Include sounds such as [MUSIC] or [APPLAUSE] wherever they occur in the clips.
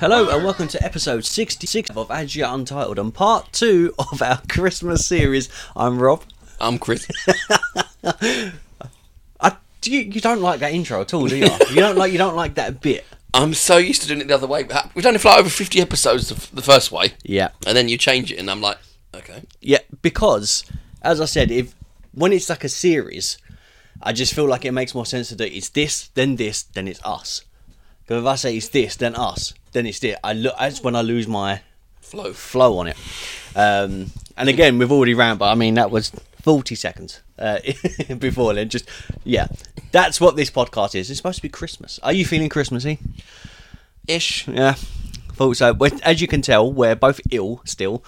Hello and welcome to episode 66 of Agia Untitled and part 2 of our [LAUGHS] Christmas series. I'm Rob. I'm Chris. I, do you, you don't like that intro at all, do you? you don't like you don't like that bit. I'm so used to doing it the other way. We've done it for like over 50 episodes the f- the first way, Yeah. and then you change it, and I'm like, okay. Yeah, because as I said, if when it's like a series, I just feel like it makes more sense to do it's this, then this, then it's us. Because if I say it's this, then us, then it's this, I look that's when I lose my Flow. flow on it. Um, and again, we've already ran, but I mean that was forty seconds uh, [LAUGHS] before then. Just yeah, that's what this podcast is. It's supposed to be Christmas. Are you feeling Christmassy? Ish. Yeah, thought so. But As you can tell, we're both ill still.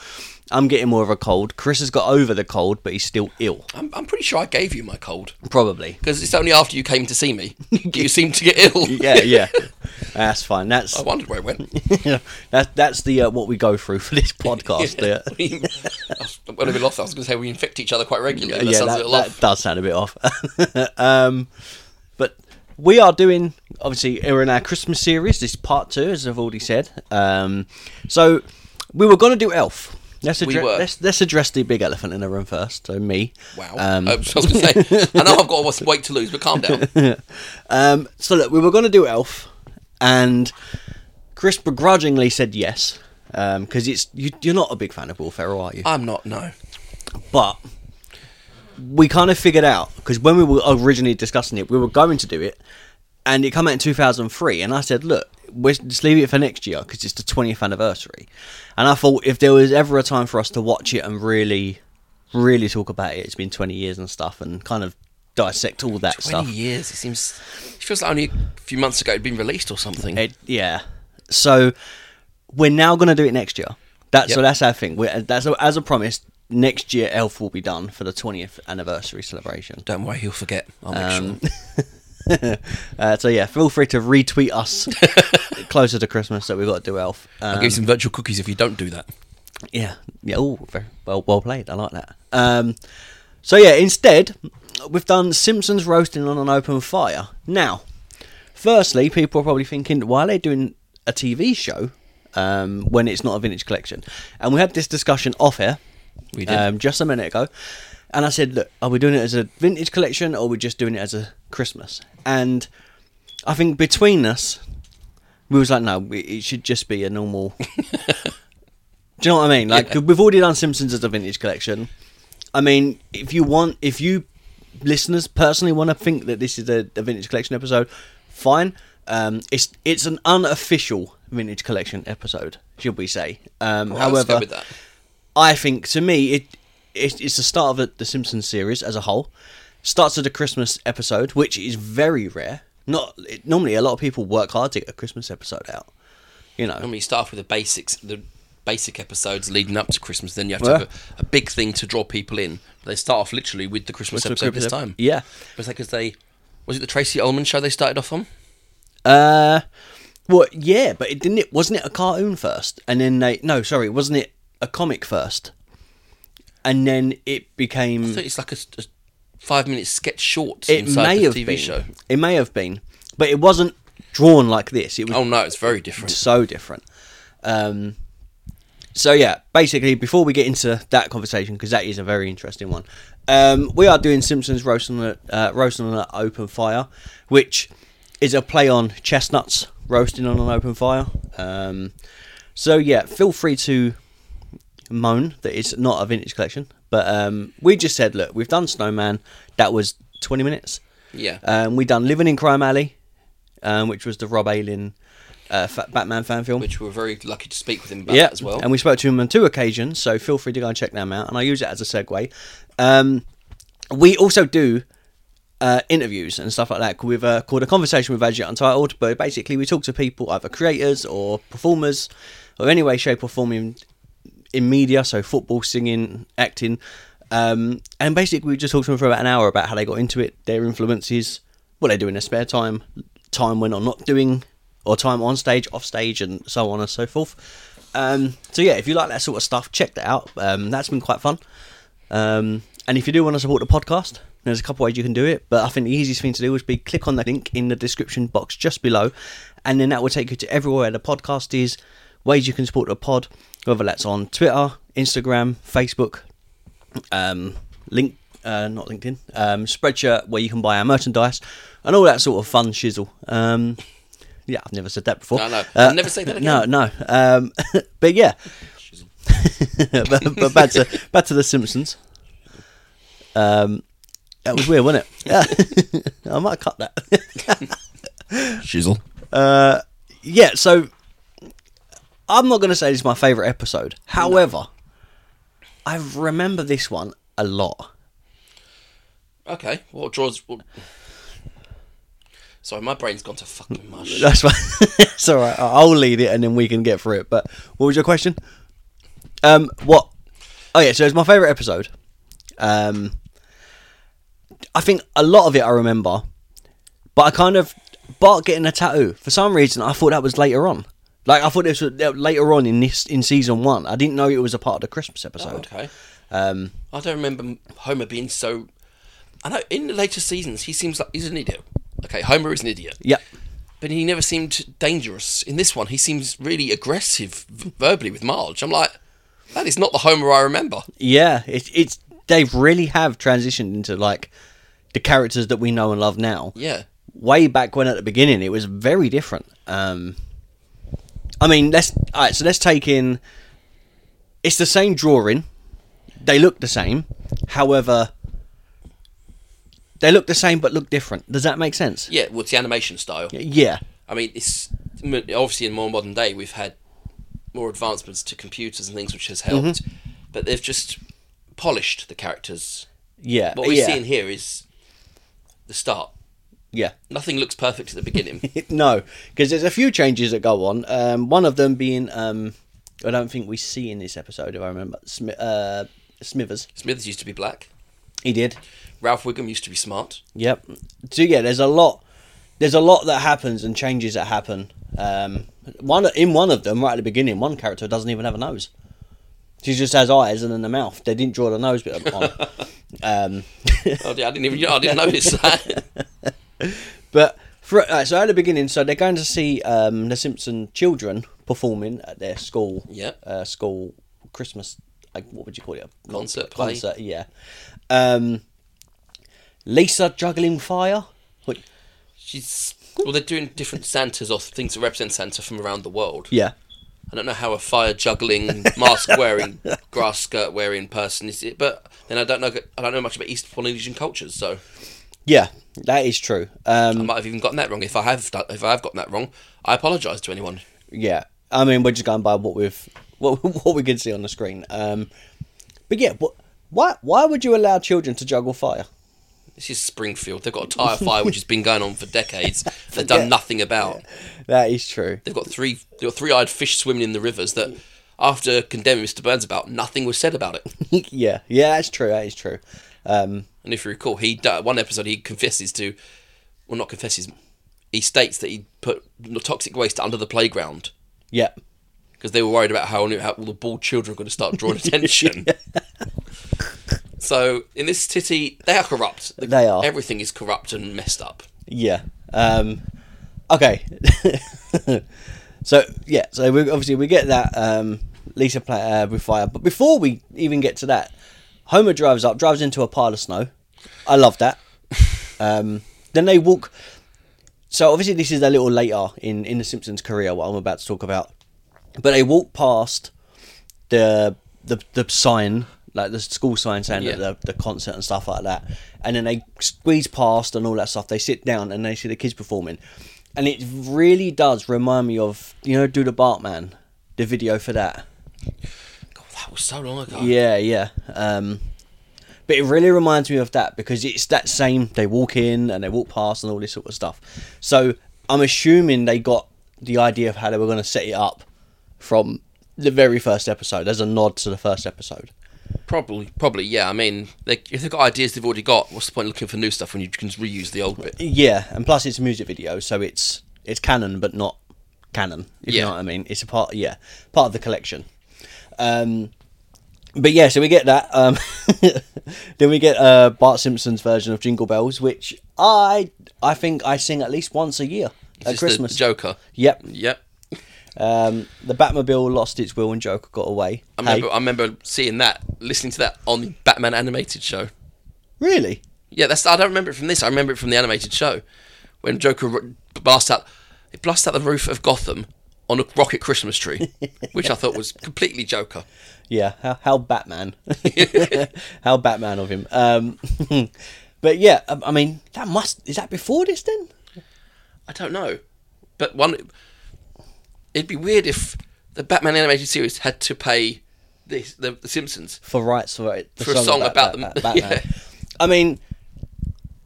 I'm getting more of a cold. Chris has got over the cold, but he's still ill. I'm, I'm pretty sure I gave you my cold. Probably. Because it's only after you came to see me [LAUGHS] that you seemed to get ill. Yeah, yeah. [LAUGHS] That's fine. That's [LAUGHS] I wondered where it went. that, that's the uh, what we go through for [LAUGHS] this podcast. yeah. We- I was- when I lost, I was going to say we infect each other quite regularly. but That yeah, sounds that, a little that off. does sound a bit off. [LAUGHS] um, but we are doing obviously we're in our Christmas series. This is part two, as I've already said. Um, so we were going to do Elf. Let's address, were. let's, let's address the big elephant in the room first. So me. Wow. Oh. Um, I was going to [LAUGHS] say, I know I've got a weight to lose, but calm down. um, so look, we were going to do Elf, and Chris begrudgingly said yes because it's you, you're not a big fan of Will Ferrell, are you? I'm not, no. but we kind of figured out because when we were originally discussing it, we were going to do it, and it came out in 2003. And I said, "Look, we'll just leave it for next year because it's the 20th anniversary." And I thought if there was ever a time for us to watch it and really, really talk about it, it's been 20 years and stuff, and kind of dissect all that 20 stuff. years. It seems. It feels like only a few months ago it'd been released or something. It, yeah. So we're now going to do it next year. That's so Yep. that's our thing. We're, that's as a promise. Next year, Elf will be done for the 20th anniversary celebration. Don't worry, he'll forget. I'll make Um, sure. Uh, so yeah, feel free to retweet [LAUGHS] us closer to Christmas that we've got to do Elf. Um, I'll give you some virtual cookies if you don't do that. yeah, yeah. Oh, very well, well played. I like that. Um, so yeah, instead we've done Simpsons roasting on an open fire. Now, firstly, people are probably thinking, why are they doing a TV show um, when it's not a vintage collection? And we had this discussion off air. We did. um, just a minute ago, and I said, "Look, are we doing it as a vintage collection, or are we just doing it as a Christmas?" And I think between us, we was like, "No, we, it should just be a normal." [LAUGHS] Do you know what I mean? Like we've already done Simpsons as a vintage collection. I mean, if you want, if you listeners personally want to think that this is a, a vintage collection episode, fine. Um, it's it's an unofficial vintage collection episode, should we say? Um, Well, let's however, go with that. I think to me it, it it's the start of the, the Simpsons series as a whole. Starts with the Christmas episode, which is very rare. Not it, normally a lot of people work hard to get a Christmas episode out. You know, Normally, you start off with the basics, the basic episodes leading up to Christmas. Then you have to Yeah. have a, a big thing to draw people in. They start off literally with the Christmas Christmas episode this episode. time. Yeah. was that because they was it the Tracy Ullman show they started off on? uh, well, yeah, but it didn't. It wasn't it a cartoon first, and then they no, sorry, wasn't it a comic first, and then it became I thought it's like a, five minute sketch short it inside may the have TV been show. it may have been, but it wasn't drawn like this. It was Oh no, it's very [LAUGHS] different. so different. Um, so yeah, basically, before we get into that conversation, because that is a very interesting one, um, we are doing Simpsons roast on a uh, roast on an open fire, which is a play on chestnuts roasting on an open fire. Um, so yeah, feel free to moan that it's not a vintage collection, but um, we just said, look, we've done Snowman. That was twenty minutes. Yeah, Um, we done Living in Crime Alley, um, which was the Rob Alien uh, fa- Batman fan film. which we were very lucky to speak with him about yeah, that as well. And we spoke to him on two occasions, so feel free to go and check them out. And I use it as a segue. Um, we also do uh, interviews and stuff like that with uh, called a conversation with Agile Untitled. But basically, we talk to people, either creators or performers, or any way, shape, or form in, in media, so football, singing, acting. Um, and basically, we just talk to them for about an hour about how they got into it, their influences, what they do in their spare time, time when or not doing, or time on stage, off stage, and so on and so forth. Um, so yeah, if you like that sort of stuff, check that out. Um, that's been quite fun. Um, and if you do want to support the podcast, there's a couple ways you can do it. But I think the easiest thing to do is be click on the link in the description box just below and then that will take you to everywhere the podcast is, ways you can support the pod, whether that's on Twitter, Instagram, Facebook, um, link, uh, not LinkedIn, um, Spreadshirt, where you can buy our merchandise and all that sort of fun shizzle. Um, yeah, I've never said that before. No, no. Uh, [LAUGHS] Never say that No, no. Um, [LAUGHS] but yeah, but, but back to back to the Simpsons. Um, that was weird, wasn't it? Yeah, [LAUGHS] I might cut that. Uh, Shizzle. yeah, so I'm not going to say this is my favourite episode. However, I remember this one a lot. Okay. What draws? What... Sorry, my brain's gone to fucking [LAUGHS] mush. That's why [LAUGHS] it's all right. I- I'll lead it and then we can get through it. But what was your question? Um, what? Oh yeah, so it's my favourite episode. Um, I think a lot of it I remember, but I kind of Bart getting a tattoo for some reason. I thought that was later on. Like I thought this was uh, later on in this in season one. I didn't know it was a part of the Christmas Oh, episode. okay. Um, I don't remember Homer being so. I know in the later seasons he seems like he's an idiot. Okay, Homer is an idiot. yeah, But he never seemed dangerous. In this one, he seems really aggressive v- verbally with Marge. I'm like, that is not the Homer I remember. yeah. It's it's they really have transitioned into like the characters that we know and love now. Yeah. way back when at the beginning it was very different um i mean let's all right so let's take in it's the same drawing they look the same however they look the same but look different does that make sense Yeah, well, it's the animation style. yeah I mean, it's m- obviously in more modern day we've had more advancements to computers and things, which has helped. Mm-hmm. But they've just polished the characters. yeah What we're yeah, seeing here is the start. yeah Nothing looks perfect at the beginning. no because there's a few changes that go on um one of them being um i don't think we see in this episode if i remember Smi- uh smithers Smithers used to be black. he did Ralph Wiggum used to be smart. Yep. So yeah, there's a lot. There's a lot that happens and changes that happen. Um, one in one of them, right at the beginning, one character doesn't even have a nose. She just has eyes and then a mouth. They didn't draw the nose bit on. [LAUGHS] um, Oh, dear, I didn't even I didn't notice that. but for, uh, so at the beginning, so they're going to see um, the Simpson children performing at their school. Yep. Uh, school Christmas. Like, what would you call it? A Concert play. Concert. Yeah. Um, Lisa juggling fire. Which, She's well, they're doing different Santas or things that represent Santa from around the world. yeah. I don't know how a fire juggling, mask wearing, grass skirt wearing person is it, but then I don't know I don't know much about East Polynesian cultures, so Yeah, that is true. I Um, might have even gotten that wrong. If I have done, if I have gotten that wrong, I apologise to anyone. yeah, I mean, we're just going by what we've what, [LAUGHS] what we can see on the screen. Um, but yeah, what, why why would you allow children to juggle fire? This is Springfield. They've got a tire fire which has been going on for decades. They've done nothing about. That is true. They've got three they've got three eyed fish swimming in the rivers that after condemning Mr. Burns about, nothing was said about [LAUGHS] it. yeah, yeah, that's true. That is true. Um, And if you recall, he di- one episode he confesses to, well, not confesses, he states that he put toxic waste under the playground yeah, because they were worried about how, how all the bald children were going to [LAUGHS] start drawing attention. so in this city, they are corrupt. The- They are. Everything is corrupt and messed up. yeah. Um, okay. [LAUGHS] so yeah, so we obviously we get that um, Lisa play, uh, with fire, but before we even get to that, Homer drives up, drives into a pile of snow. I love that. Um, then they walk. So obviously this is a little later in in the Simpsons' career what I'm about to talk about, but they walk past the the the sign like the school sign saying Yeah. that the, the concert and stuff like that, and then they squeeze past and all that stuff. They sit down and they see the kids performing, and it really does remind me of you know do the Bartman, the video for that. God, that was so long ago. Yeah, yeah. Um, but it really reminds me of that because it's that same. They walk in and they walk past and all this sort of stuff. So I'm assuming they got the idea of how they were going to set it up from the very first episode. There's a nod to the first episode. Probably, probably, yeah. I mean, they, if they've got ideas they've already got, what's the point of looking for new stuff when you can just reuse the old bit? Yeah, and plus it's a music video, so it's it's canon but not canon. If you Yeah. know what I mean, it's a part. Yeah, part of the collection. Um, but yeah, so we get that. Um, [LAUGHS] then we get uh, Bart Simpson's version of Jingle Bells, which I I think I sing at least once a year. at Just the Christmas. Joker. Yep. Yep. Um, the Batmobile lost its will and Joker got away. I Hey, remember, I remember seeing that, listening to that on the Batman animated show. really? Yeah, that's. I don't remember it from this. I remember it from the animated show, when Joker ro- blasts out, he blasts out the roof of Gotham on a rocket Christmas [LAUGHS] tree, which I thought was completely Joker. Yeah, how, how Batman, [LAUGHS] how Batman of him. Um, [LAUGHS] but yeah, um, I, I mean that must is that before this then? I don't know, but one, it'd be weird if the Batman animated series had to pay this, the, the Simpsons. for rights for it the For a song about Bat- [LAUGHS] them. Bat- Batman. Yeah. I mean,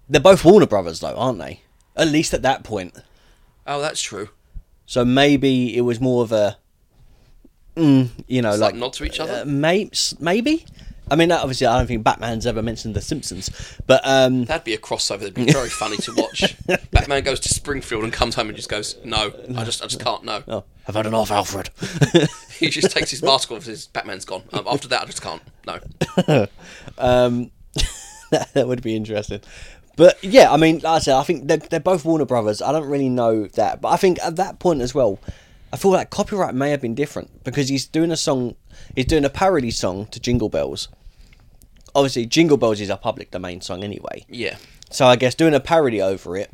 they're both Warner Brothers though, aren't they? At least at that point. Oh, that's true. So maybe it was more of a, mm, you know, like like nod to each other? Uh, may- s- maybe. I mean, obviously, I don't think Batman's ever mentioned The Simpsons, but um, That'd be a crossover. That'd be very funny to [LAUGHS] watch. Batman goes to Springfield and comes home and just goes, "No, I just, I just can't. No." oh, I've had enough, Alfred. [LAUGHS] He just [LAUGHS] takes his mask off. and Says, "Batman's gone." Um, after that, I just can't. No. Um, that, [LAUGHS] that would be interesting. But yeah, I mean, like I said, I think they're, they're both Warner Brothers. I don't really know that, but I think at that point as well, I feel like copyright may have been different because he's doing a song, he's doing a parody song to Jingle Bells. Obviously, Jingle Bells is a public domain song anyway, Yeah. so I guess doing a parody over it,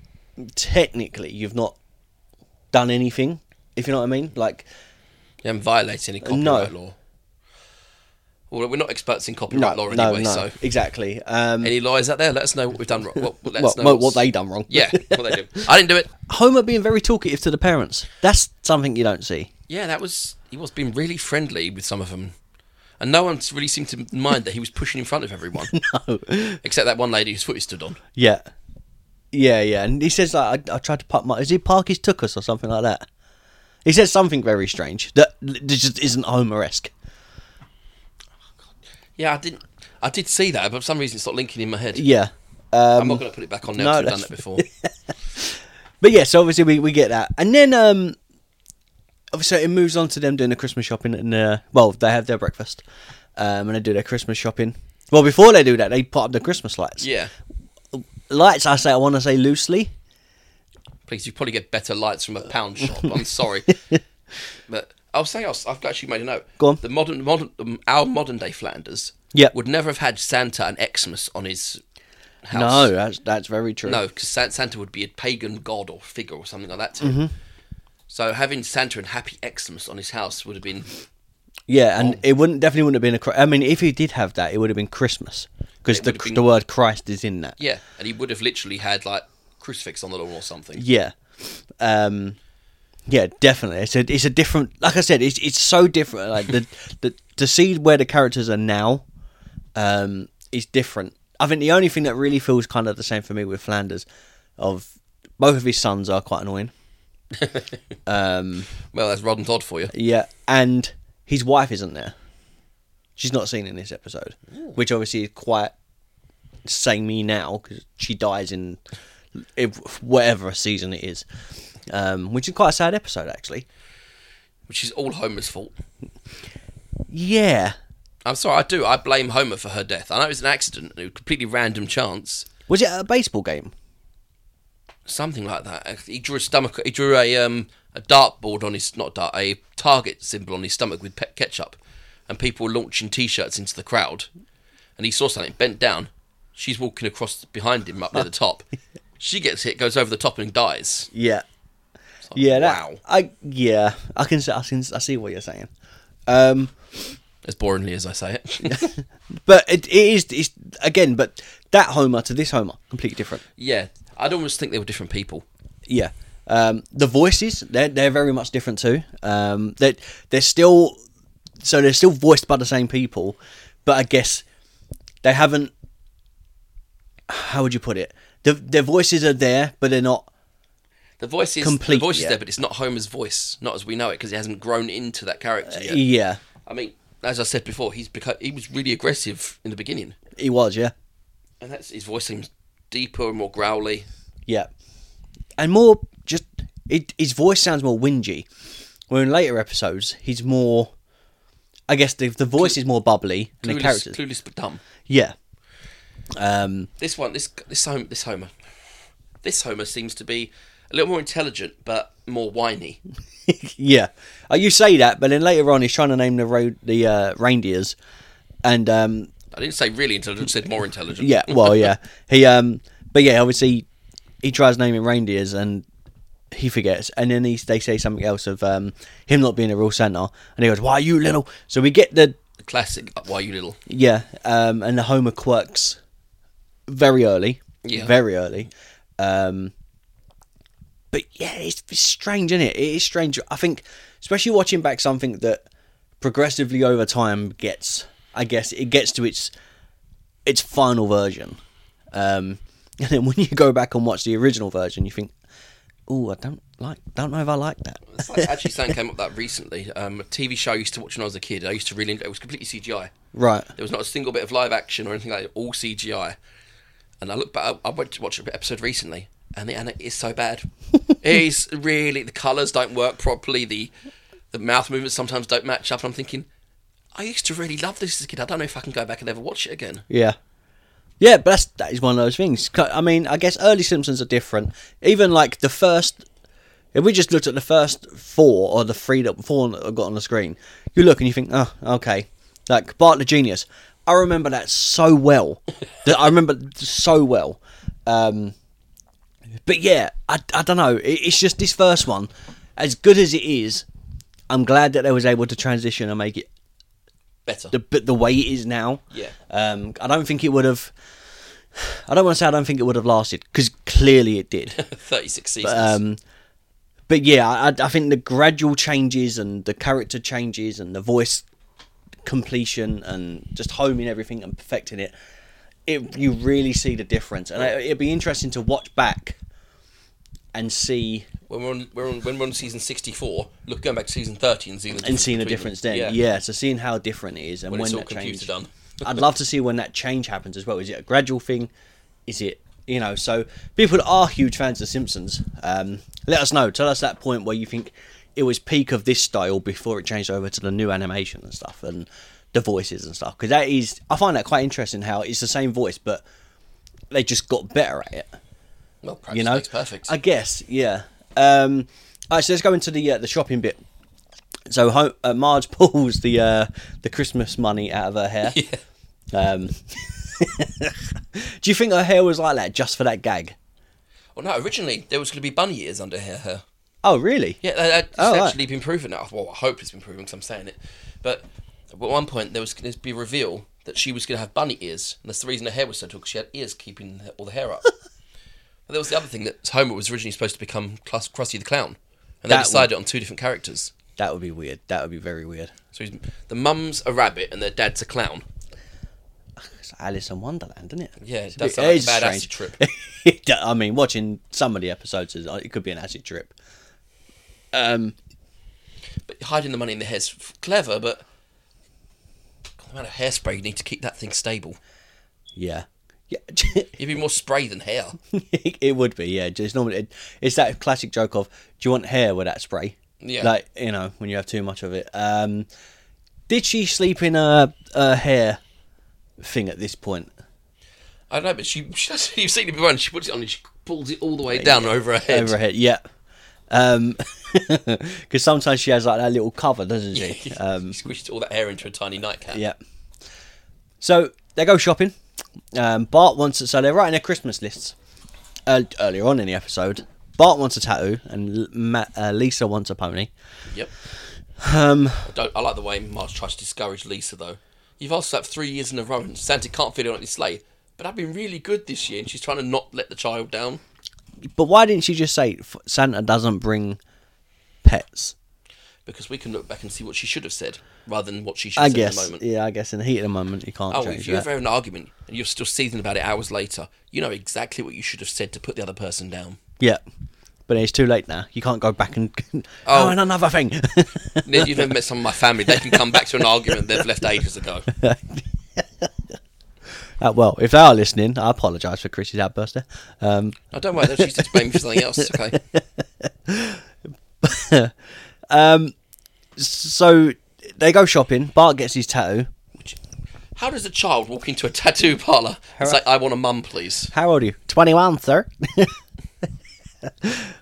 technically, you've not done anything. If you know what I mean, like You haven't violated any copyright law. Well, we're not experts in no, copyright law no, anyway, no, so exactly. Um, any lawyers out there, let us know what we've done wrong. Well, let well, us know mo- what what's- they done wrong. [LAUGHS] Yeah, what they do. I didn't do it. Homer being very talkative to the parents. That's something you don't see. Yeah, that was he was being really friendly with some of them, and no one really seemed to mind that he was pushing in front of everyone, [LAUGHS] No. except that one lady whose foot he stood on. Yeah. Yeah, yeah. And he says like I, I tried to park my is he park his tuchus or something like that? He says something very strange that l- that just isn't Homer esque. Yeah, I didn't. I did see that, but for some reason it's not linking in my head. Yeah. Um, I'm not going to put it back on now. no, 'cause I've done that's- that [LAUGHS] before. But yeah, so obviously we, we get that. And then um obviously it moves on to them doing the Christmas shopping and uh well, they have their breakfast. Um and they do their Christmas shopping. Well before they do that, they put up the Christmas lights. yeah, Lights I say I wanna say loosely. please, you probably get better lights from a pound [LAUGHS] shop. I'm sorry, but I'll say I was, I've actually made a note. Go on. The modern, modern, um, our modern day Flanders, Yep. would never have had Santa and Xmas on his house. No, that's that's very true. No, because Santa would be a pagan god or figure or something like that. Too. So having Santa and Happy Xmas on his house would have been Yeah, and Oh. it wouldn't definitely wouldn't have been a. Chri- I mean, if he did have that, it would have been Christmas because It the would have cr- been- the word Christ is in that. yeah, and he would have literally had like crucifix on the lawn or something. Yeah, um, yeah, definitely. It's a it's a different. Like I said, it's it's so different. Like the [LAUGHS] the to see where the characters are now, um, is different. I think the only thing that really feels kind of the same for me with Flanders, of both of his sons are quite annoying. Well, that's Rod and Todd for you. Yeah, and his wife isn't there. She's not seen in this episode, which obviously is quite samey now because she dies in if, whatever season it is, um, which is quite a sad episode actually. Which is all Homer's fault. Yeah, I'm sorry, I do. I blame Homer for her death. I know it was an accident, a completely random chance, was it at a baseball game? something like that. Uh, He drew a stomach. He drew a um a dartboard on his not dart a target symbol on his stomach with pe- ketchup, and people were launching t-shirts into the crowd, and he saw something bent down. She's walking across behind him up near [LAUGHS] the top. She gets hit, goes over the top, and dies. Yeah, It's like, yeah, that, wow. I yeah, I can see, I can, I see what you're saying. Um, As boringly as I say it. [LAUGHS] but it, it is it's, again, but that Homer to this Homer completely different. yeah, I'd almost think they were different people. Yeah. Um, the voices, they're, they're very much different too. Um, they're, they're still, so they're still voiced by the same people, but I guess they haven't, how would you put it? The, their voices are there, but they're not, The voice is Complete, the voice yeah. is there, but it's not Homer's voice, not as we know it, because he hasn't grown into that character yeah. yet. I mean, as I said before, he's become, he was really aggressive in the beginning, He was, yeah. and that's his voice seems deeper and more growly. Yeah. And more just, it, his voice sounds more whingy. Where in later episodes, he's more, I guess the, the voice is more bubbly and the Clueless, characters. clueless but dumb. Yeah. Um, This one, this this Homer, this Homer, this Homer seems to be a little more intelligent, but more whiny. yeah, uh, you say that, but then later on he's trying to name the road the uh, reindeers, and um, I didn't say really intelligent; I said more intelligent. [LAUGHS] [LAUGHS] yeah, well, yeah, he um, but yeah, obviously he tries naming reindeers and he forgets, and then he they say something else of um him not being a real Santa, and he goes, "Why you little?" So we get the The classic. uh, Why you [LAUGHS] little? yeah, um, and the Homer quirks very early. Yeah. Very early. Um, but yeah, it's, it's strange, isn't it? It is strange. I think, especially watching back something that progressively over time gets, I guess, it gets to its its final version. Um, [LAUGHS] and then when you go back and watch the original version, you think, "Oh, I don't like, don't know if I like that." It's like- Actually, something came up that recently. Um, a TV show I used to watch when I was a kid. I used to really. enjoy It was completely CGI. Right. There was not a single bit of live action or anything like that, all CGI. And I looked back, I went to watch an episode recently, and the and it is [LAUGHS] so bad. it's really the colours don't work properly. The the mouth movements sometimes don't match up. And I'm thinking, I used to really love this as a kid. I don't know if I can go back and ever watch it again. Yeah. Yeah, but that's that is one of those things. 'Cause, I mean, I guess early Simpsons are different. Even like the first, if we just looked at the first four or the three that four that I've got on the screen, you look and you think, oh, okay, like Bart the Genius. I remember that so well. [LAUGHS] that I remember so well. Um, but yeah, I, I don't know. It, it's just this first one, as good as it is. I'm glad that they was able to transition and make it Better. [LAUGHS] the but the way it is now. Yeah. Um, I don't think it would have. I don't want to say I don't think it would have lasted because clearly it did. 36 seasons. Um, but yeah, I, I think the gradual changes and the character changes and the voice completion and just homing everything and perfecting it, it you really see the difference. And it, it'd be interesting to watch back and see when, we're on, we're on, when we're on season 64, look going back to season 30 and seeing the difference. and seeing the between them. difference then. Yeah. so seeing how different it is and when, When it's all that change. computer done. [LAUGHS] I'd love to see when that change happens as well. Is it a gradual thing? Is it you know? So people that are huge fans of Simpsons, um, let us know. Tell us that point where you think it was peak of this style before it changed over to the new animation and stuff and the voices and stuff. Because that is, I find that quite interesting. How it's the same voice, but they just got better at it Well, practice you know, makes perfect. I guess, yeah. Um, all right, so let's go into the uh, the shopping bit. So ho- uh, Marge [LAUGHS] pulls the uh, the Christmas money out of her hair. [LAUGHS] [LAUGHS] Yeah. Um, [LAUGHS] do you think her hair was like that just for that gag? Well, no, originally there was going to be bunny ears under her hair. Oh, really? Yeah, that, that's Oh, right. actually been proven now. Well, I hope it's been proven because I'm saying it. But at one point, there was going to be a reveal that she was going to have bunny ears, and that's the reason her hair was so tall because she had ears keeping her- all the hair up. [LAUGHS] and there was the other thing that Homer was originally supposed to become Crus- Krusty the Clown, and they That decided it on two different characters. That would be weird. That would be very weird. So he's, the mum's a rabbit and their dad's a clown. It's Alice in Wonderland, isn't it? Yeah, It's that's bit- like a it is bad strange. acid trip. [LAUGHS] It do- I mean, watching some of the episodes, is, uh, it could be an acid trip. Um, But hiding the money in the hair's f- clever, but the amount of hairspray you need to keep that thing stable. yeah, yeah. [LAUGHS] You'd be more spray than hair. it would be, yeah. Just normally, it, it's that classic joke of, "Do you want hair with that spray?" Yeah. like you know when you have too much of it. Um, did she sleep in a, a hair thing at this point? I don't know, but she, she does, [LAUGHS] you've seen it before, and she puts it on and she pulls it all the way down over her head. [LAUGHS] Over her head, yeah. [LAUGHS] Because sometimes she has like that little cover, doesn't [LAUGHS] she? Um, she squishes all that hair into a tiny nightcap. yeah. So they go shopping. Um, Bart wants to, so they're writing their Christmas lists uh, earlier on in the episode. Bart wants a tattoo and L- Ma- uh, Lisa wants a pony. Yep. Um, I, don't, I like the way Marge tries to discourage Lisa, though. You've asked that three years in a row, and Santa can't fit it on his sleigh. But I've been really good this year, and she's trying to not let the child down. But why didn't she just say "F- Santa doesn't bring pets? Because we can look back and see what she should have said, rather than what she should I have said at the guess. moment. Yeah, I guess in the heat of the moment you can't Oh, change if you that. ever have an argument and you're still seething about it hours later, you know exactly what you should have said to put the other person down. Yeah, but it's too late now. You can't go back and [LAUGHS] oh, Oh. and another thing. [LAUGHS] Nick, You've never met some of my family. They can come back to an argument they've left ages ago. Uh, well, if they are listening, I apologise for Chris's outburst there. Um, I don't worry, though, she's just blaming me for something else. It's okay. so they go shopping. Bart gets his tattoo. How does a child walk into a tattoo parlor and say, I want a mum, please? How old are you? Twenty-one, sir. [LAUGHS]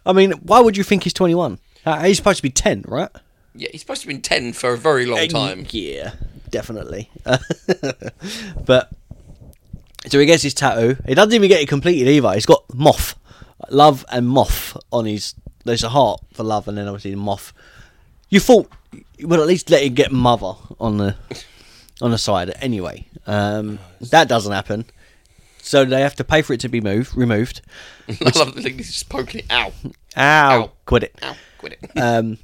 I mean, why would you think he's 21? Uh, he's supposed to be 10, right? Yeah, he's supposed to have been 10 for a very long time. [LAUGHS] Yeah, definitely. [LAUGHS] but so he gets his tattoo. He doesn't even get it completed either. He's got moth, love and moth on his. There's a heart for love, and then obviously moth. You thought you would at least let him get mother on the on the side. Anyway, um, that doesn't happen. So they have to pay for it to be moved, removed. I love the thing, he's just poking it. Ow. Ow, Ow. quit it. Ow. Quit it. Um,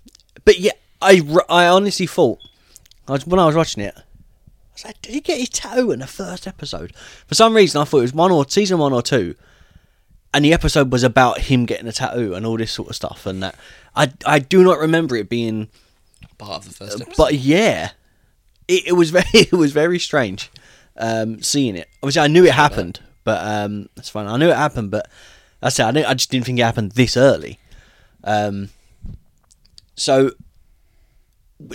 but yeah, I, r- I honestly thought I was, when I was watching it, I was like, did he get his tattoo in the first episode? For some reason, I thought it was one or season one or two, and the episode was about him getting a tattoo and all this sort of stuff, and that I I do not remember it being, Part of the first episode. uh, but yeah, it, it was very [LAUGHS] it was very strange um, seeing it. Obviously, I knew it happened, but um, that's fine. I knew it happened, but that's it. I knew, I just didn't think it happened this early. Um, so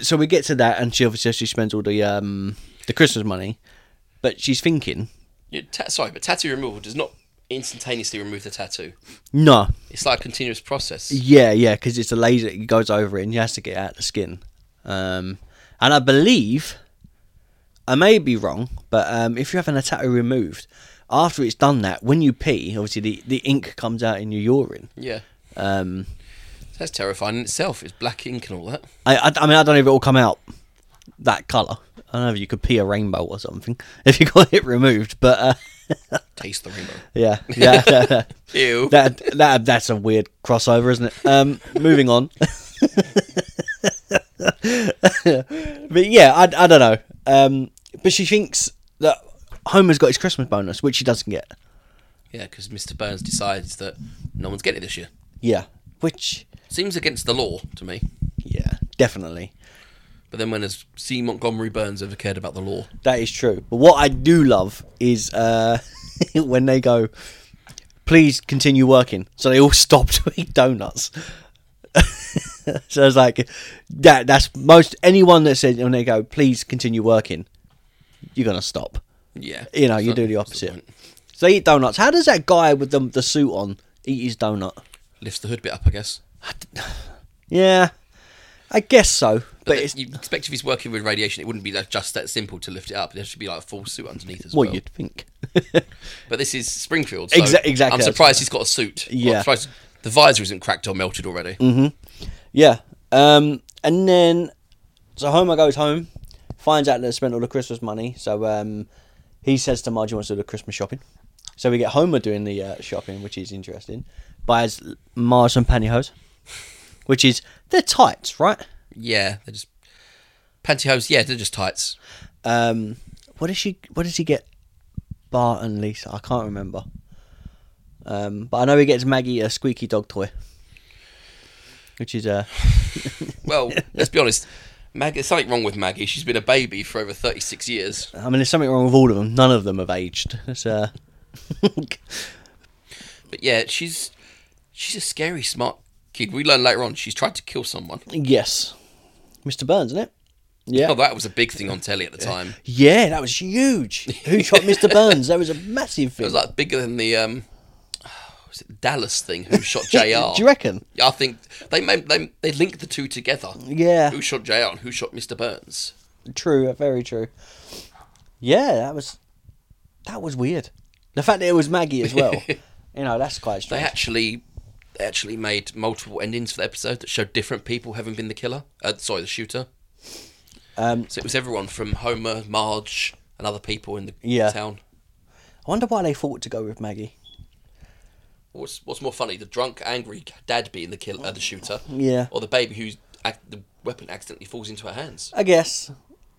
so we get to that, and she obviously she spends all the um the Christmas money, but she's thinking, Yeah, ta- sorry, but tattoo removal does not instantaneously remove the tattoo. no, It's like a continuous process. yeah, yeah, because it's a laser, it goes over it, and you has to get it out the skin. Um, and I believe, I may be wrong, but um, if you're having a tattoo removed, after it's done that, when you pee, obviously the, the ink comes out in your urine. Yeah. Um, That's terrifying in itself. It's black ink and all that. I, I, I mean, I don't know if it will come out that colour. I don't know if you could pee a rainbow or something [LAUGHS] if you got it removed, but uh, Taste the rainbow. yeah, yeah, yeah, yeah. [LAUGHS] Ew. that that that's a weird crossover, isn't it? Um, moving on. [LAUGHS] but yeah, I, I don't know. Um, but she thinks that Homer's got his Christmas bonus, which he doesn't get. yeah, because Mr. Burns decides that no one's getting it this year. Yeah, which Seems against the law to me. yeah, definitely But then when has C. Montgomery Burns ever cared about the law? that is true. But what I do love is uh, [LAUGHS] when they go, "Please continue working," so they all [LAUGHS] stop to eat donuts. [LAUGHS] so it's like that. That's most anyone that says when they go, "Please continue working," you're gonna stop. Yeah. You know, you So- do the what's opposite. point? So they eat donuts. How does that guy with the the suit on eat his donut? [SIGHS] Lifts the hood bit up, I guess. Yeah, I guess so. But, [LAUGHS] But it's you expect if he's working with radiation, it wouldn't be that just that simple to lift it up. There should be like a full suit underneath as what well. you'd think. [LAUGHS] But this is Springfield. So Exa- exactly, I'm that's surprised he's got a suit. Yeah. Mm. I'm surprised the visor isn't cracked or melted already. yeah. Um, and then so Homer goes home, finds out that they spent all the Christmas money. So um, he says to Marge, "He wants to do the Christmas shopping." So we get Homer doing the uh, shopping, which is interesting. Buys Marge some pantyhose, which is they're tights, right? Yeah, they're just pantyhose. Yeah, they're just tights. Um, what does she? What does he get? Bart and Lisa. I can't remember. Um, but I know he gets Maggie a squeaky dog toy, which is uh, Well, let's be honest. Maggie, there's something wrong with Maggie. She's been a baby for over 36 years. I mean, there's something wrong with all of them. None of them have aged. It's, uh, [LAUGHS] But yeah, she's she's a scary smart kid. We learn later on she's tried to kill someone. yes, Mr. Burns, isn't it? Yeah, Oh, that was a big thing on telly at the time. yeah, that was huge. Who [LAUGHS] shot Mr. Burns? That was a massive It thing. was like bigger than the um, [SIGHS] was it Dallas thing. Who shot [LAUGHS] Jr. Do you reckon? Yeah, I think they made, they they linked the two together. Yeah. Who shot Jr. and who shot Mr. Burns? True, uh, very true. Yeah, that was that was weird. The fact that it was Maggie as [LAUGHS] well, you know, that's quite They strange. actually they actually made multiple endings for the episode that showed different people having been the killer. Uh, sorry, the shooter. Um, So it was everyone from Homer, Marge, and other people in the Yeah. town. I wonder why they thought to go with Maggie. What's what's more funny, the drunk, angry dad being the killer, uh, the shooter, Yeah. or the baby whose ac- the weapon accidentally falls into her hands? I guess.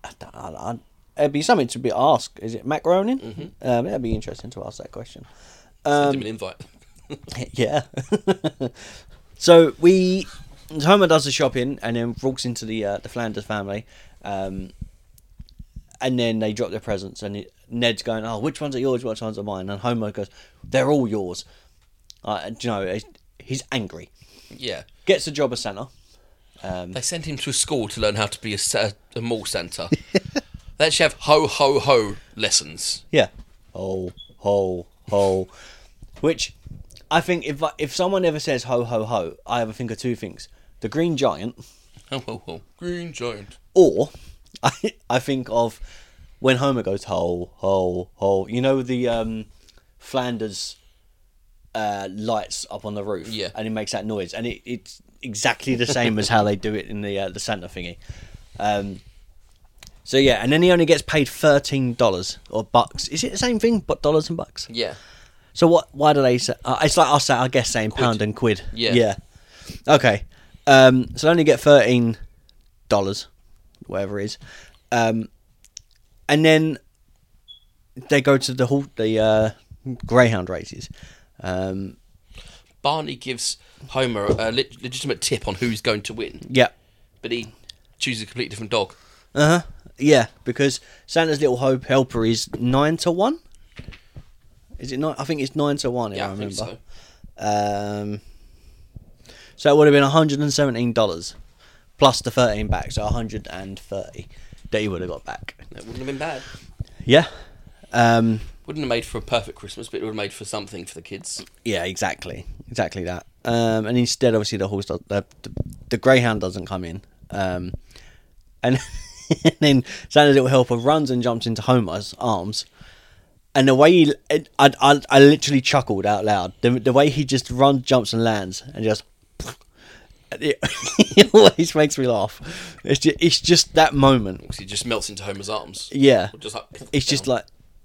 I don't- I don't- it'd be something to be asked. Is it Mac Ronin? Mm-hmm. Um, that'd be interesting to ask that question. Send Um, him an invite. [LAUGHS] [LAUGHS] Yeah. so we Homer does the shopping and then walks into the uh, the Flanders family, um, and then they drop their presents and it, Ned's going, "Oh, which ones are yours? Which ones are mine?" And Homer goes, "They're all yours." Uh, and, you know, he's- he's angry. yeah. Gets the job as Santa. um, They sent him to a school to learn how to be a, sa- a mall Santa. [LAUGHS] they actually have ho ho ho lessons. Yeah. Ho, ho, ho. Which I think if I- if someone ever says ho ho ho, I ever think of two things: the Green Giant, Oh, oh, oh. Green giant. or [LAUGHS] I I think of when Homer goes ho ho ho. You know the um, Flanders uh, lights up on the roof, Yeah. and it makes that noise, and it, it's exactly the same as how they do it in the uh, the Santa thingy. Um, so yeah, and then he only gets paid thirteen dollars or bucks. Is it the same thing, but dollars and bucks? Yeah. So what? Why do they say? Uh, it's like us, I guess, saying pound and quid. Yeah. Yeah. Okay. Um, so they only get thirteen dollars, whatever it is, um, and then they go to the hall, the uh, greyhound races. Um, Barney gives Homer a le- legitimate tip on who's going to win, yeah. but he chooses a completely different dog. Uh huh. Yeah, because Santa's little hope helper is nine to one. Is it nine? I think it's nine to one. if Yeah, I I remember. think so. Um, so it would have been one hundred and seventeen dollars plus the thirteen back, so one hundred and thirty that he would have got back. That wouldn't have been bad. Yeah. Um, Wouldn't have made for a perfect Christmas, but it would have made for something for the kids. yeah. Exactly. Exactly that. Um, and instead, obviously, the horse, does, the, the the greyhound doesn't come in. Um, and, [LAUGHS] and then Santa's little helper runs and jumps into Homer's arms. And the way he, I, I, I literally chuckled out loud. The, the way he just runs, jumps, and lands, and just [LAUGHS] it, it always makes me laugh. It's just, it's just that moment. Because he just melts into Homer's arms. Yeah, Or Just like, it's just like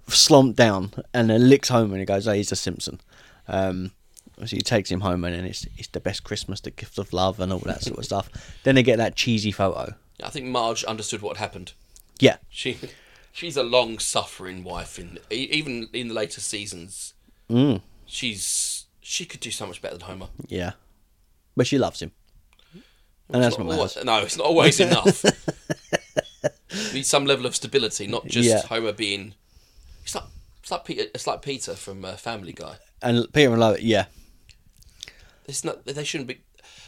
slumped down and then licks home and he goes, "Oh, he's a Simpson." Um, so he takes him home and then it's it's the best Christmas, the gift of love, and all that sort of stuff. Then they get that cheesy photo. I think Marge understood what happened. Yeah, She, she's a long-suffering wife. In e- even in the later seasons, Mm. she's she could do so much better than Homer. yeah, but she loves him, and It's that's what not matters. always, no, it's not [LAUGHS] always enough. Need some level of stability, not just Yeah. Homer being. It's like it's like Peter. It's like Peter from uh, Family Guy. And Peter and Lois, yeah, It's not. They shouldn't be.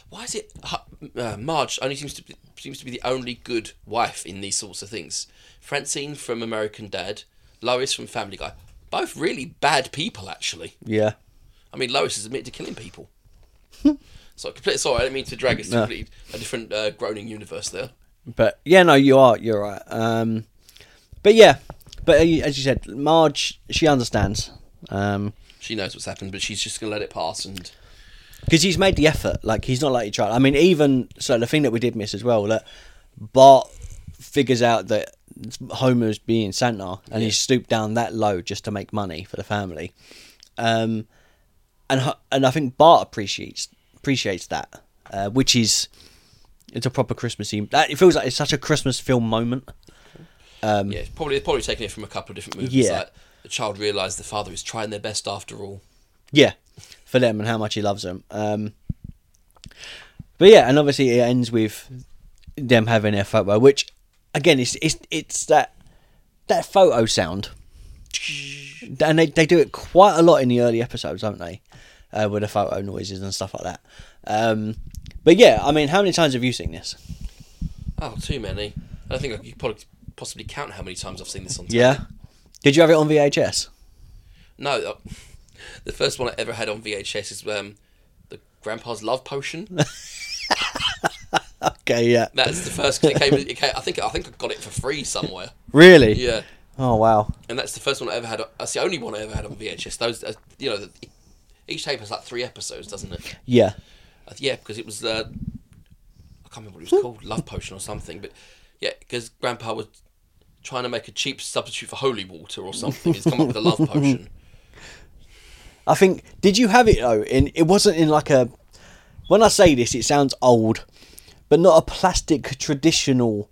Why is it Hu- uh, Marge only seems to be, seems to be the only good wife in these sorts of things? Francine from American Dad, Lois from Family Guy, both really bad people. Actually, yeah. I mean Lois has admitted to killing people. so completely sorry, I didn't mean to drag us to completely a different uh, groaning universe there. But yeah, no, you are you're right. Um, but yeah, but uh, you- as you said, Marge, she understands. Um, She knows what's happened, but she's just gonna let it pass and. because he's made the effort. Like he's not like he tried. I mean, even so, the thing that we did miss as well that Bart figures out that Homer's being Santa, and he stooped down that low just to make money for the family. Um, and Ho- and I think Bart appreciates appreciates that, uh, which is it's a proper Christmassy. That, it feels like it's such a Christmas film moment. yeah, it's probably probably taken it from a couple of different movies. Yeah. like the child realised the father is trying their best after all. yeah, for them and how much he loves them. Um, but yeah, and obviously it ends with them having their photo, which again, it's it's it's that that photo sound, and they they do it quite a lot in the early episodes, don't they? Uh, with the photo noises and stuff like that. Um, but yeah, I mean, how many times have you seen this? Oh, too many. I don't think I could probably possibly count how many times I've seen this on. tape. Yeah. Did you have it on VHS? No, uh, [LAUGHS] the first one I ever had on VHS is um, the Grandpa's Love Potion. Okay, yeah. That's the first. Cause it came, it came. I think. I think I got it for free somewhere. Really? Yeah. Oh wow. and that's the first one I ever had. on- That's the only one I ever had on VHS. Those, uh, you know, the, each tape has like three episodes, doesn't it? Yeah. Uh, yeah, because it was uh, I can't remember what it was called, love potion or something. But yeah, because Grandpa was trying to make a cheap substitute for holy water or something. He's come up with a love potion. I think did you have it though? In it wasn't in like a. When I say this, it sounds old, but not a plastic traditional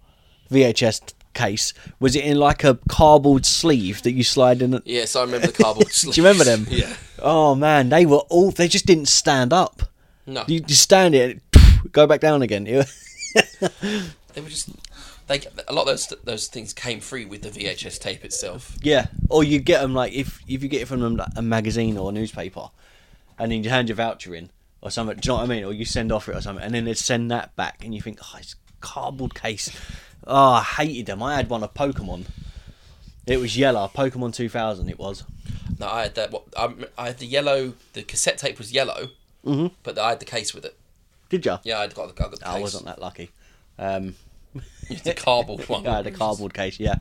VHS case. Was it in like a cardboard sleeve that you slide in? Yeah, so I remember the cardboard. [LAUGHS] Do you remember them? [LAUGHS] Yeah. Oh man, they were all. They just didn't stand up. No. You just stand it, and go back down again. [LAUGHS] It was- They were just they a lot of those those things came free with the VHS tape itself. yeah, or you get them like if if you get it from them, like, a magazine or a newspaper, and then you hand your voucher in or something. Do you know what I mean? Or you send off it or something, and then they send that back, and you think, oh, it's a cardboard case. Oh, I hated them. I had one of Pokemon. It was yellow. Pokemon 2000. It was. No, I had that. What, I, rem- I had the yellow. The cassette tape was yellow, mm-hmm. but I had the case with it. Did you? Yeah, I'd got the, I got the case. Oh, I wasn't [LAUGHS] that lucky. Um, the [LAUGHS] cardboard one. I had a cardboard case. Yeah.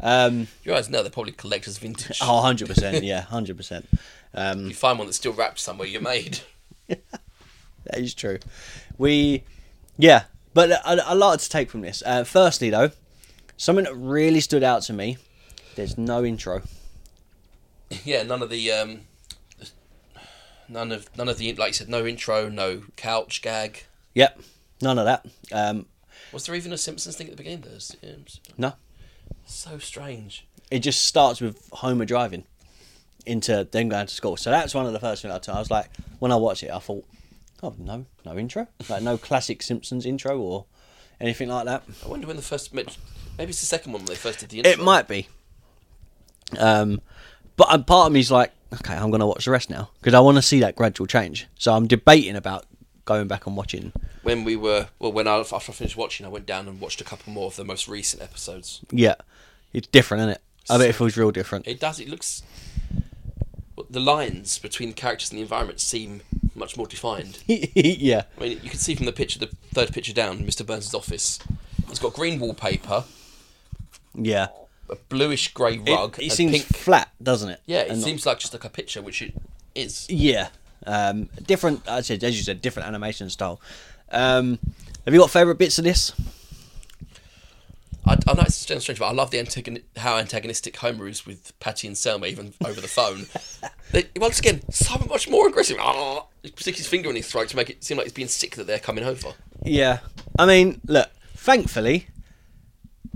Um, You guys know they're probably collector's vintage. oh, 100 percent. Yeah, hundred percent. Um, You find one that's still wrapped somewhere you made. [LAUGHS] That is true. We, yeah, but a, a lot to take from this. Uh, firstly, though, something that really stood out to me. There's no intro. yeah, none of the um, none of none of the like you said, no intro, no couch gag. Yep, none of that. Um, Was there even a Simpsons thing at the beginning? There's um, no, so strange. it just starts with Homer driving into then going to school. So that's one of the first things I thought. I was like, when I watched it, I thought, oh no, no intro, like no classic Simpsons intro or anything like that. I wonder when the first maybe it's the second one when they first did the intro. It might be. Um, but um, part of me's like, okay, I'm going to watch the rest now because I want to see that gradual change. So I'm debating about going back and watching. when we were well when I after I finished watching, I went down and watched a couple more of the most recent episodes. Yeah, it's different, isn't it? I bet it feels real different. It does. It looks well, the lines between the characters and the environment seem much more defined. [LAUGHS] yeah, I mean, you can see from the picture, the third picture down, Mr. Burns' office. It's got green wallpaper, yeah. a bluish grey rug, It, it and seems pink. flat, doesn't it? Yeah, it And not- seems like just like a picture, which it is. yeah, um, different. I said, as you said, different animation style. Um, have you got favorite bits of this? I, I know it sounds strange, but I love the antagon- how antagonistic Homer is with Patty and Selma, even over [LAUGHS] the phone. they, once again, so much more aggressive. Ah, he sticks his finger in his throat to make it seem like he's being sick that they're coming over. Yeah. I mean, look, thankfully,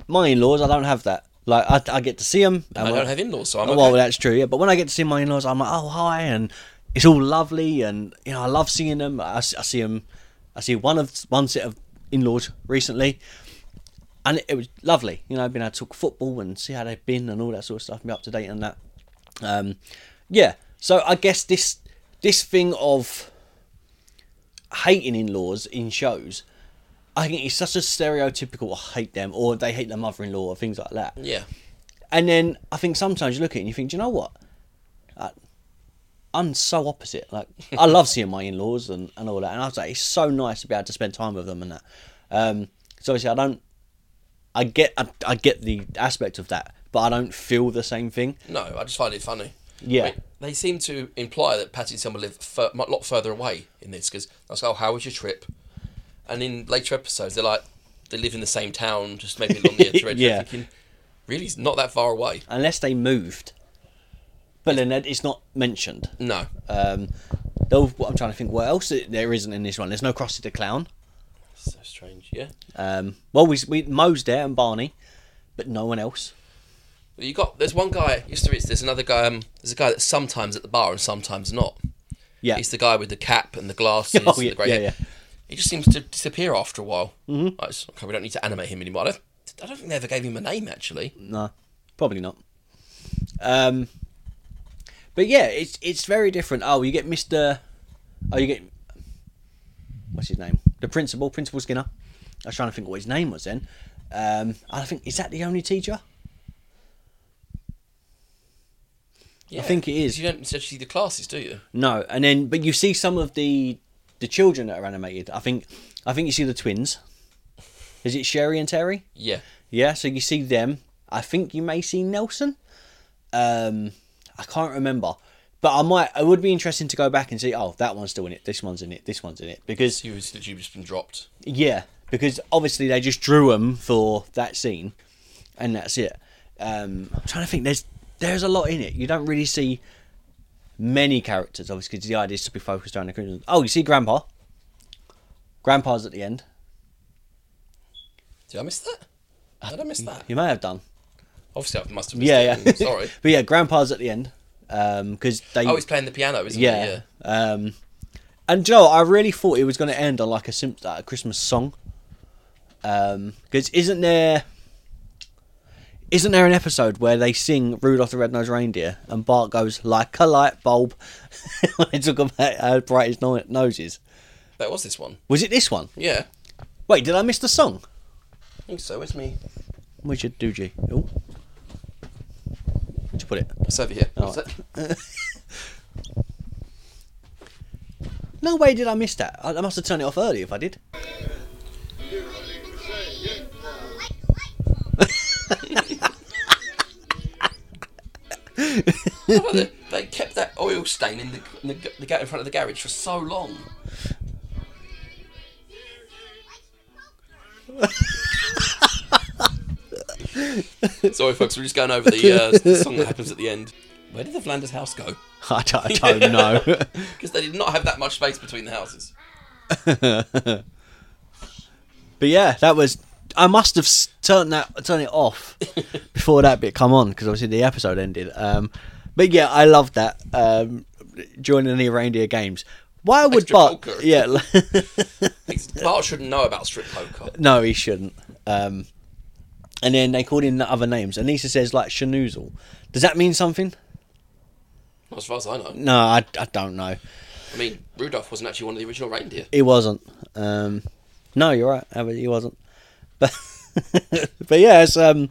my in laws, I don't have that. Like, I, I get to see them. I don't have in-laws, so I'm Well, okay. that's true, yeah. But when I get to see my in laws, I'm like, oh, hi, and it's all lovely, and, you know, I love seeing them. I, s- I see them, I see one of one set of in laws recently, and it, it was lovely. You know, I've been able to talk football and see how they've been and all that sort of stuff, and be up to date on that. Um, yeah. So I guess this this thing of hating in laws in shows, I think it's such a stereotypical I hate them or they hate their mother in law or things like that. Yeah, And then I think sometimes you look at it and you think, do you know what? I, I'm so opposite. Like I love seeing my in laws and, and all that. And I was like, it's so nice to be able to spend time with them and that. Um, so obviously I don't. I get I, I get the aspect of that, but I don't feel the same thing. no, I just find it funny. Yeah. Wait, they seem to imply that Patty and Selma live fur- a lot further away in this because I was like, "Oh, how was your trip?" And in later episodes, they're like, they live in the same town, just maybe [LAUGHS] along the edge. of Redford, Yeah. thinking, really, it's not that far away. Unless they moved, but then it- it's not mentioned. No, Um, though what I'm trying to think, what else there isn't in this one? There's no Crossy the Clown. so strange. Yeah. Um, well, we we Mo's there and Barney, but no one else. You got there's one guy. Used to it's there's another guy. Um, there's a guy that's sometimes at the bar and sometimes not. Yeah, He's the guy with the cap and the glasses. [LAUGHS] Oh, and yeah, the grey yeah, hair. yeah. He just seems to disappear after a while. Mm-hmm. okay, we don't need to animate him anymore. I don't, I don't think they ever gave him a name actually. no, probably not. Um, but yeah, it's it's very different. Oh, you get Mister. Oh, you get what's his name? The principal, Principal Skinner. I was trying to think what his name was then. Um, I think is that the only teacher? Yeah. think it is. You don't actually see the classes, do you? No, and then but you see some of the the children that are animated. I think I think you see the twins. Is it Sherry and Terry? Yeah. Yeah, so you see them. I think you may see Nelson. Um, I can't remember, but I might. It would be interesting to go back and see. Oh, that one's still in it. This one's in it. This one's in it. Because He was literally just been dropped. yeah, because obviously they just drew them for that scene, and that's it. Um, I'm trying to think. There's there's a lot in it. You don't really see many characters, obviously, because the idea is to be focused around the criminals. Oh, you see Grandpa. Grandpa's at the end. Did I miss that? Did I miss that? [LAUGHS] You may have done. Obviously, I must have missed Yeah, it. yeah. [LAUGHS] [LAUGHS] Sorry. but yeah, Grandpa's at the end because they. Oh, he's playing the piano, isn't he? yeah. Um, and Joe, I really thought it was going to end on like a Simp- like a Christmas song. Because isn't there, isn't there an episode where they sing Rudolph the Red-Nosed Reindeer and Bart goes like a light bulb [LAUGHS] when they talk about how bright his no- nose is? That was this one. Was it this one? Yeah. Wait, did I miss the song? I think so. It's me. We should do G. Oh. Which you put it? It's over here. Oh. Is that- No way did I miss that. I, I must have turned it off early if I did. [LAUGHS] How [LAUGHS] about they, they kept that oil stain in the, in the, the gate in front of the garage for so long. Sorry, folks, we're just going over the, [LAUGHS] uh, the song that happens at the end. Where did the Flanders house go? I don't, I don't know. [LAUGHS] Because they did not have that much space between the houses. But yeah, that was. I must have s- turned that turned it off before that bit come on because obviously the episode ended. Um, but yeah, I loved that. Um, joining the reindeer games. Why would Extra Bart? poker. Yeah, l- [LAUGHS] [LAUGHS] It's- Bart shouldn't know about strip [LAUGHS] poker. no, he shouldn't. Um, and then they called him other names. Anissa says like Shanoozle. Does that mean something? Not as far as I know. No, I, I don't know. I mean, Rudolph wasn't actually one of the original reindeer. He wasn't. Um, no, you're right. Albert, He wasn't. [LAUGHS] But but yeah, it's um,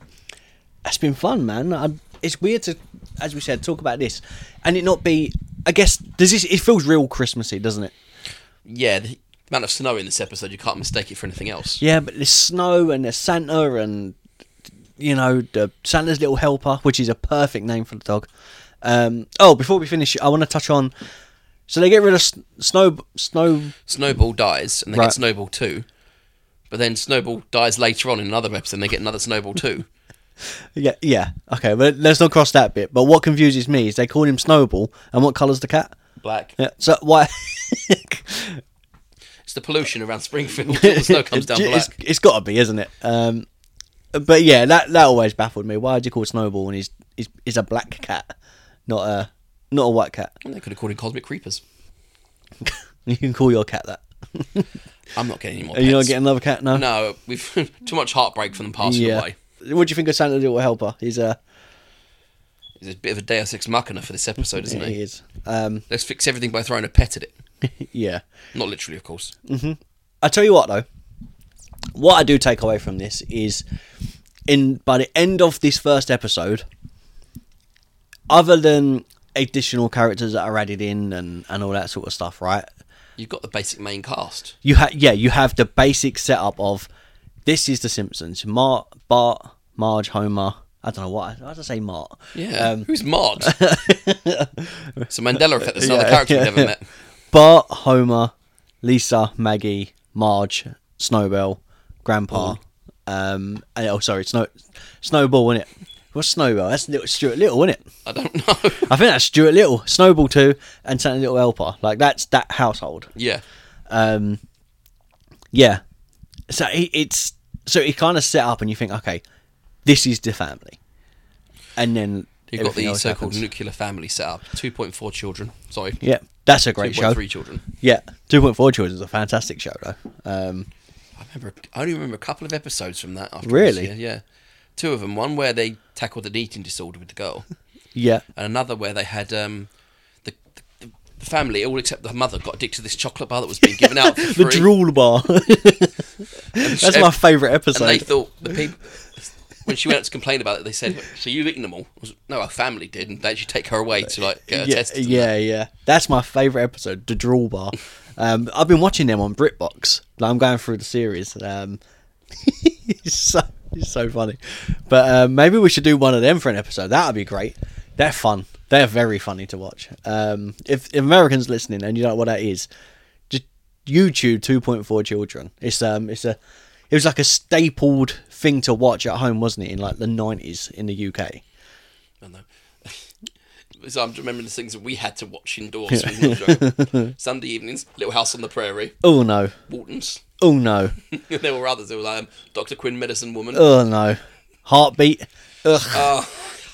it's been fun, man. i it's weird to, as we said, talk about this, and it not be. I guess does this? It feels real Christmassy, doesn't it? Yeah, the amount of snow in this episode, you can't mistake it for anything else. Yeah, but there's snow and there's Santa and you know the Santa's little helper, which is a perfect name for the dog. Um, oh, before we finish, I want to touch on. So they get rid of S- snow, snow. Snowball dies, and they Right. get Snowball 2. But then Snowball dies later on in another episode, and they get another Snowball 2. Yeah, yeah. Okay, but let's not cross that bit. But what confuses me is they call him Snowball, and what colour's the cat? [LAUGHS] Black. Yeah, so [LAUGHS] why? It's the pollution around [LAUGHS] Springfield. All the snow comes down It's- black. it's got to be, isn't it? Um, but yeah, that that always baffled me. Why would you call Snowball and he's he's, he's a black cat, not a not a white cat? [LAUGHS] And they could have called him Cosmic Creepers. You can call your cat that. I'm not getting any more Are you not pets. getting another cat now? No, we've [LAUGHS] too much heartbreak from them passing Yeah. away. What do you think of Santa the Little Helper? He's a It's a bit of a Deus Ex Machina for this episode, isn't he it? is. Um, Let's fix everything by throwing a pet at it. yeah. Not literally, of course. I tell you what though, what I do take away from this is, in by the end of this first episode, other than additional characters that are added in and and all that sort of stuff, right? You've got the basic main cast. You have yeah, you have the basic setup of this is the Simpsons, Mar Bart, Marge, Homer. I don't know what I, I just say Um, Mart. Yeah. [LAUGHS] Who's Mard? it's a Mandela effect. That's another Yeah, character yeah. we've never met. Bart, Homer, Lisa, Maggie, Marge, Snowball, Oh. Grandpa. Um, and- oh, sorry, Snow, Snowball, is it? What's Snowball? That's little Stuart Little, is it? I don't [LAUGHS] know. I think that's Stuart Little, Snowball too, and Santa Little Helper. Like that's that household. yeah. Um, yeah. So it, it's so it kind of set up, and you think, okay, this is the family, and then You've got everything the else so called happens. nuclear family set up. 2.4 children. Sorry. Yeah, that's a great show. 2.3 children. Yeah, two point four children is a fantastic show though. Um, I remember. I only remember a couple of episodes from that. After Really? Yeah, yeah. Two of them. One where they tackled an eating disorder with the girl, [LAUGHS] yeah, and another where they had um, the, the the family, all except the mother, got addicted to this chocolate bar that was being given out. [LAUGHS] For the free. drool bar. [LAUGHS] That's my favourite And they episode. thought the people. When she went out to complain about it, they said, "So you've eaten them all?" I was, no, our family did, and they actually take her away to like get her yeah, tested. and that. yeah, yeah. That's my favourite episode, the drool [LAUGHS] bar. Um, I've been watching them on BritBox. Like, I'm going through the series. Um, [LAUGHS] it's so it's so funny. But uh, maybe we should do one of them for an episode. That would be great. They're fun. They're very funny to watch. Um, if, if Americans listening and you don't know what that is, just YouTube 2.4 children. It's um it's a it was like a stapled thing to watch at home, wasn't it? In like the 90s in the UK. I know. [LAUGHS] so I'm remembering the things that we had to watch indoors. [LAUGHS] when we were [LAUGHS] younger. Sunday evenings, Little House on the Prairie, Oh no. Waltons. Oh no. [LAUGHS] there were others. There was um, Doctor Quinn, Medicine Woman. Oh no. Heartbeat. Ugh. Oh,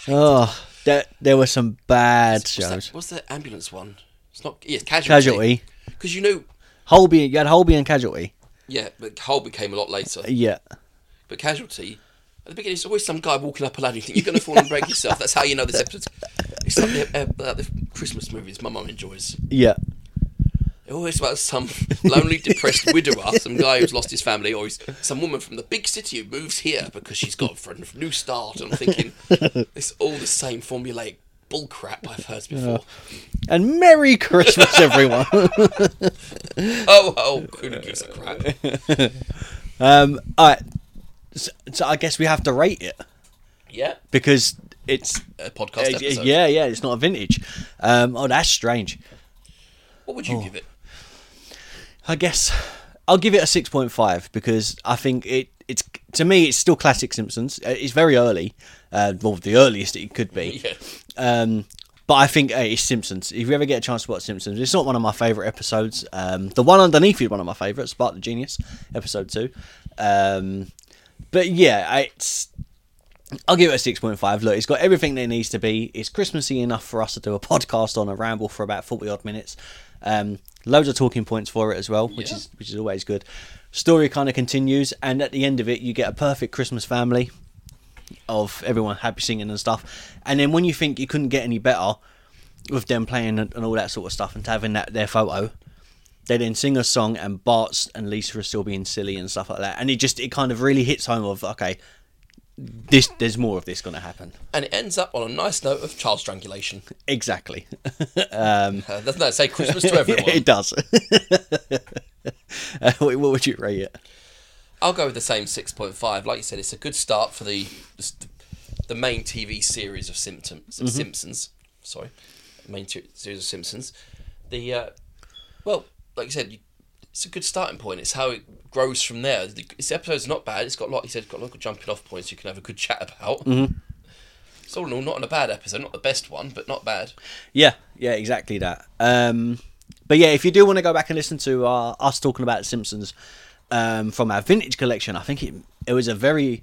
Oh, there, there were some bad what's, shows. that, what's the ambulance one? It's not. Yeah, casualty. Casualty. Because you know, Holby, you had Holby and Casualty. yeah, but Holby came a lot later. Yeah. But casualty. At the beginning, it's always some guy walking up a ladder. You think you're going to fall and break yourself. That's how you know this episode. It's like the, uh, uh, the Christmas movies my mum enjoys. Yeah. Oh, it's about some lonely, depressed widower, some guy who's lost his family, or he's some woman from the big city who moves here because she's got for a new start. And I'm thinking, it's all the same formulaic bullcrap I've heard before. And Merry Christmas, [LAUGHS] everyone. Oh, oh, who gives a crap? um, all right. So, so I guess we have to rate it Yeah, because it's a podcast yeah, episode. yeah, yeah. It's not a vintage. Um, oh, that's strange. What would you Oh. give it? [LAUGHS] I guess I'll give it a six point five because I think it it's to me it's still classic Simpsons. Uh, It's very early, uh, well the earliest it could be. [LAUGHS] Yeah. Um, but I think uh, it's Simpsons. If you ever get a chance to watch Simpsons, it's not one of my favourite episodes. Um, the one underneath is one of my favourites, Spark the Genius, episode two. Um, but yeah, I- it's I'll give it a six point five. Look, it's got everything that it needs to be. It's Christmassy enough for us to do a podcast on a ramble for about forty odd minutes. Um, loads of talking points for it as well, which Yeah. is which is always good. Story kind of continues, and at the end of it, you get a perfect Christmas family of everyone happy singing and stuff. And then when you think you couldn't get any better with them playing and, and all that sort of stuff and having that their photo, they then sing a song and Bart's and Lisa are still being silly and stuff like that. And it just it kind of really hits home of okay, this there's more of this going to happen. And it ends up on a nice note of child strangulation. Exactly, Uh, doesn't that say [LAUGHS] Christmas to everyone? it does. Uh, what what would you rate it? I'll go with the same 6.5. Like you said, it's a good start for the the main TV series of Symptoms, Simpsons. Sorry, main t- series of Simpsons. The uh, well, like you said, you, it's a good starting point. It's how it grows from there. The, this episode's not bad. It's got like you said, it's got local jumping off points you can have a good chat about. It's all in all not a bad episode, not the best one, but not bad. Yeah, yeah, exactly that. Um, but yeah, if you do want to go back and listen to our, us talking about Simpsons um, from our vintage collection, I think it it was a very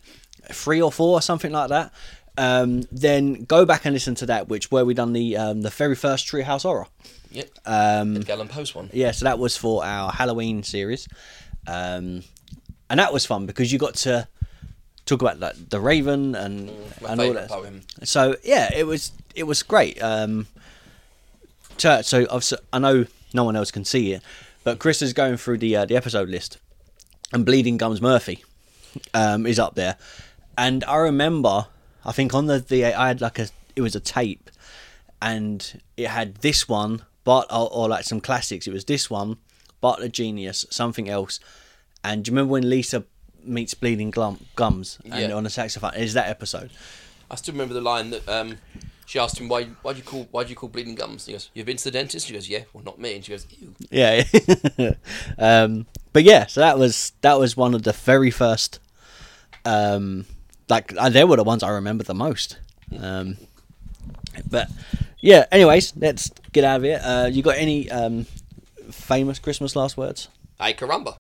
three or four or something like that. Um, then go back and listen to that, which where we done the um, the very first Treehouse Horror. Yep. Um, Edgar Allan Poe's one. Yeah, so that was for our Halloween series, um, and that was fun because you got to talk about like the Raven and my and all favourite that. poem. So yeah, it was it was great. Um, to, so obviously, I know no one else can see it, but Chris is going through the uh, the episode list, and Bleeding Gums Murphy um, is up there, and I remember I think on the the I had like a it was a tape, and it had this one, but or, or like some classics. It was this one, Bart the Genius, something else, and do you remember when Lisa meets Bleeding Glum, Gums and Yeah. on the saxophone? Is that episode? I still remember the line that um, she asked him why why do you call why do you call bleeding gums? And he goes, "You've been to the dentist." She goes, "Yeah, well, not me." And she goes, "Ew." Yeah. [LAUGHS] um, but yeah, so that was that was one of the very first. Um, like uh, they were the ones I remember the most. Um, but yeah. Anyways, let's get out of here. Uh, you got any um, famous Christmas last words? Hey, caramba!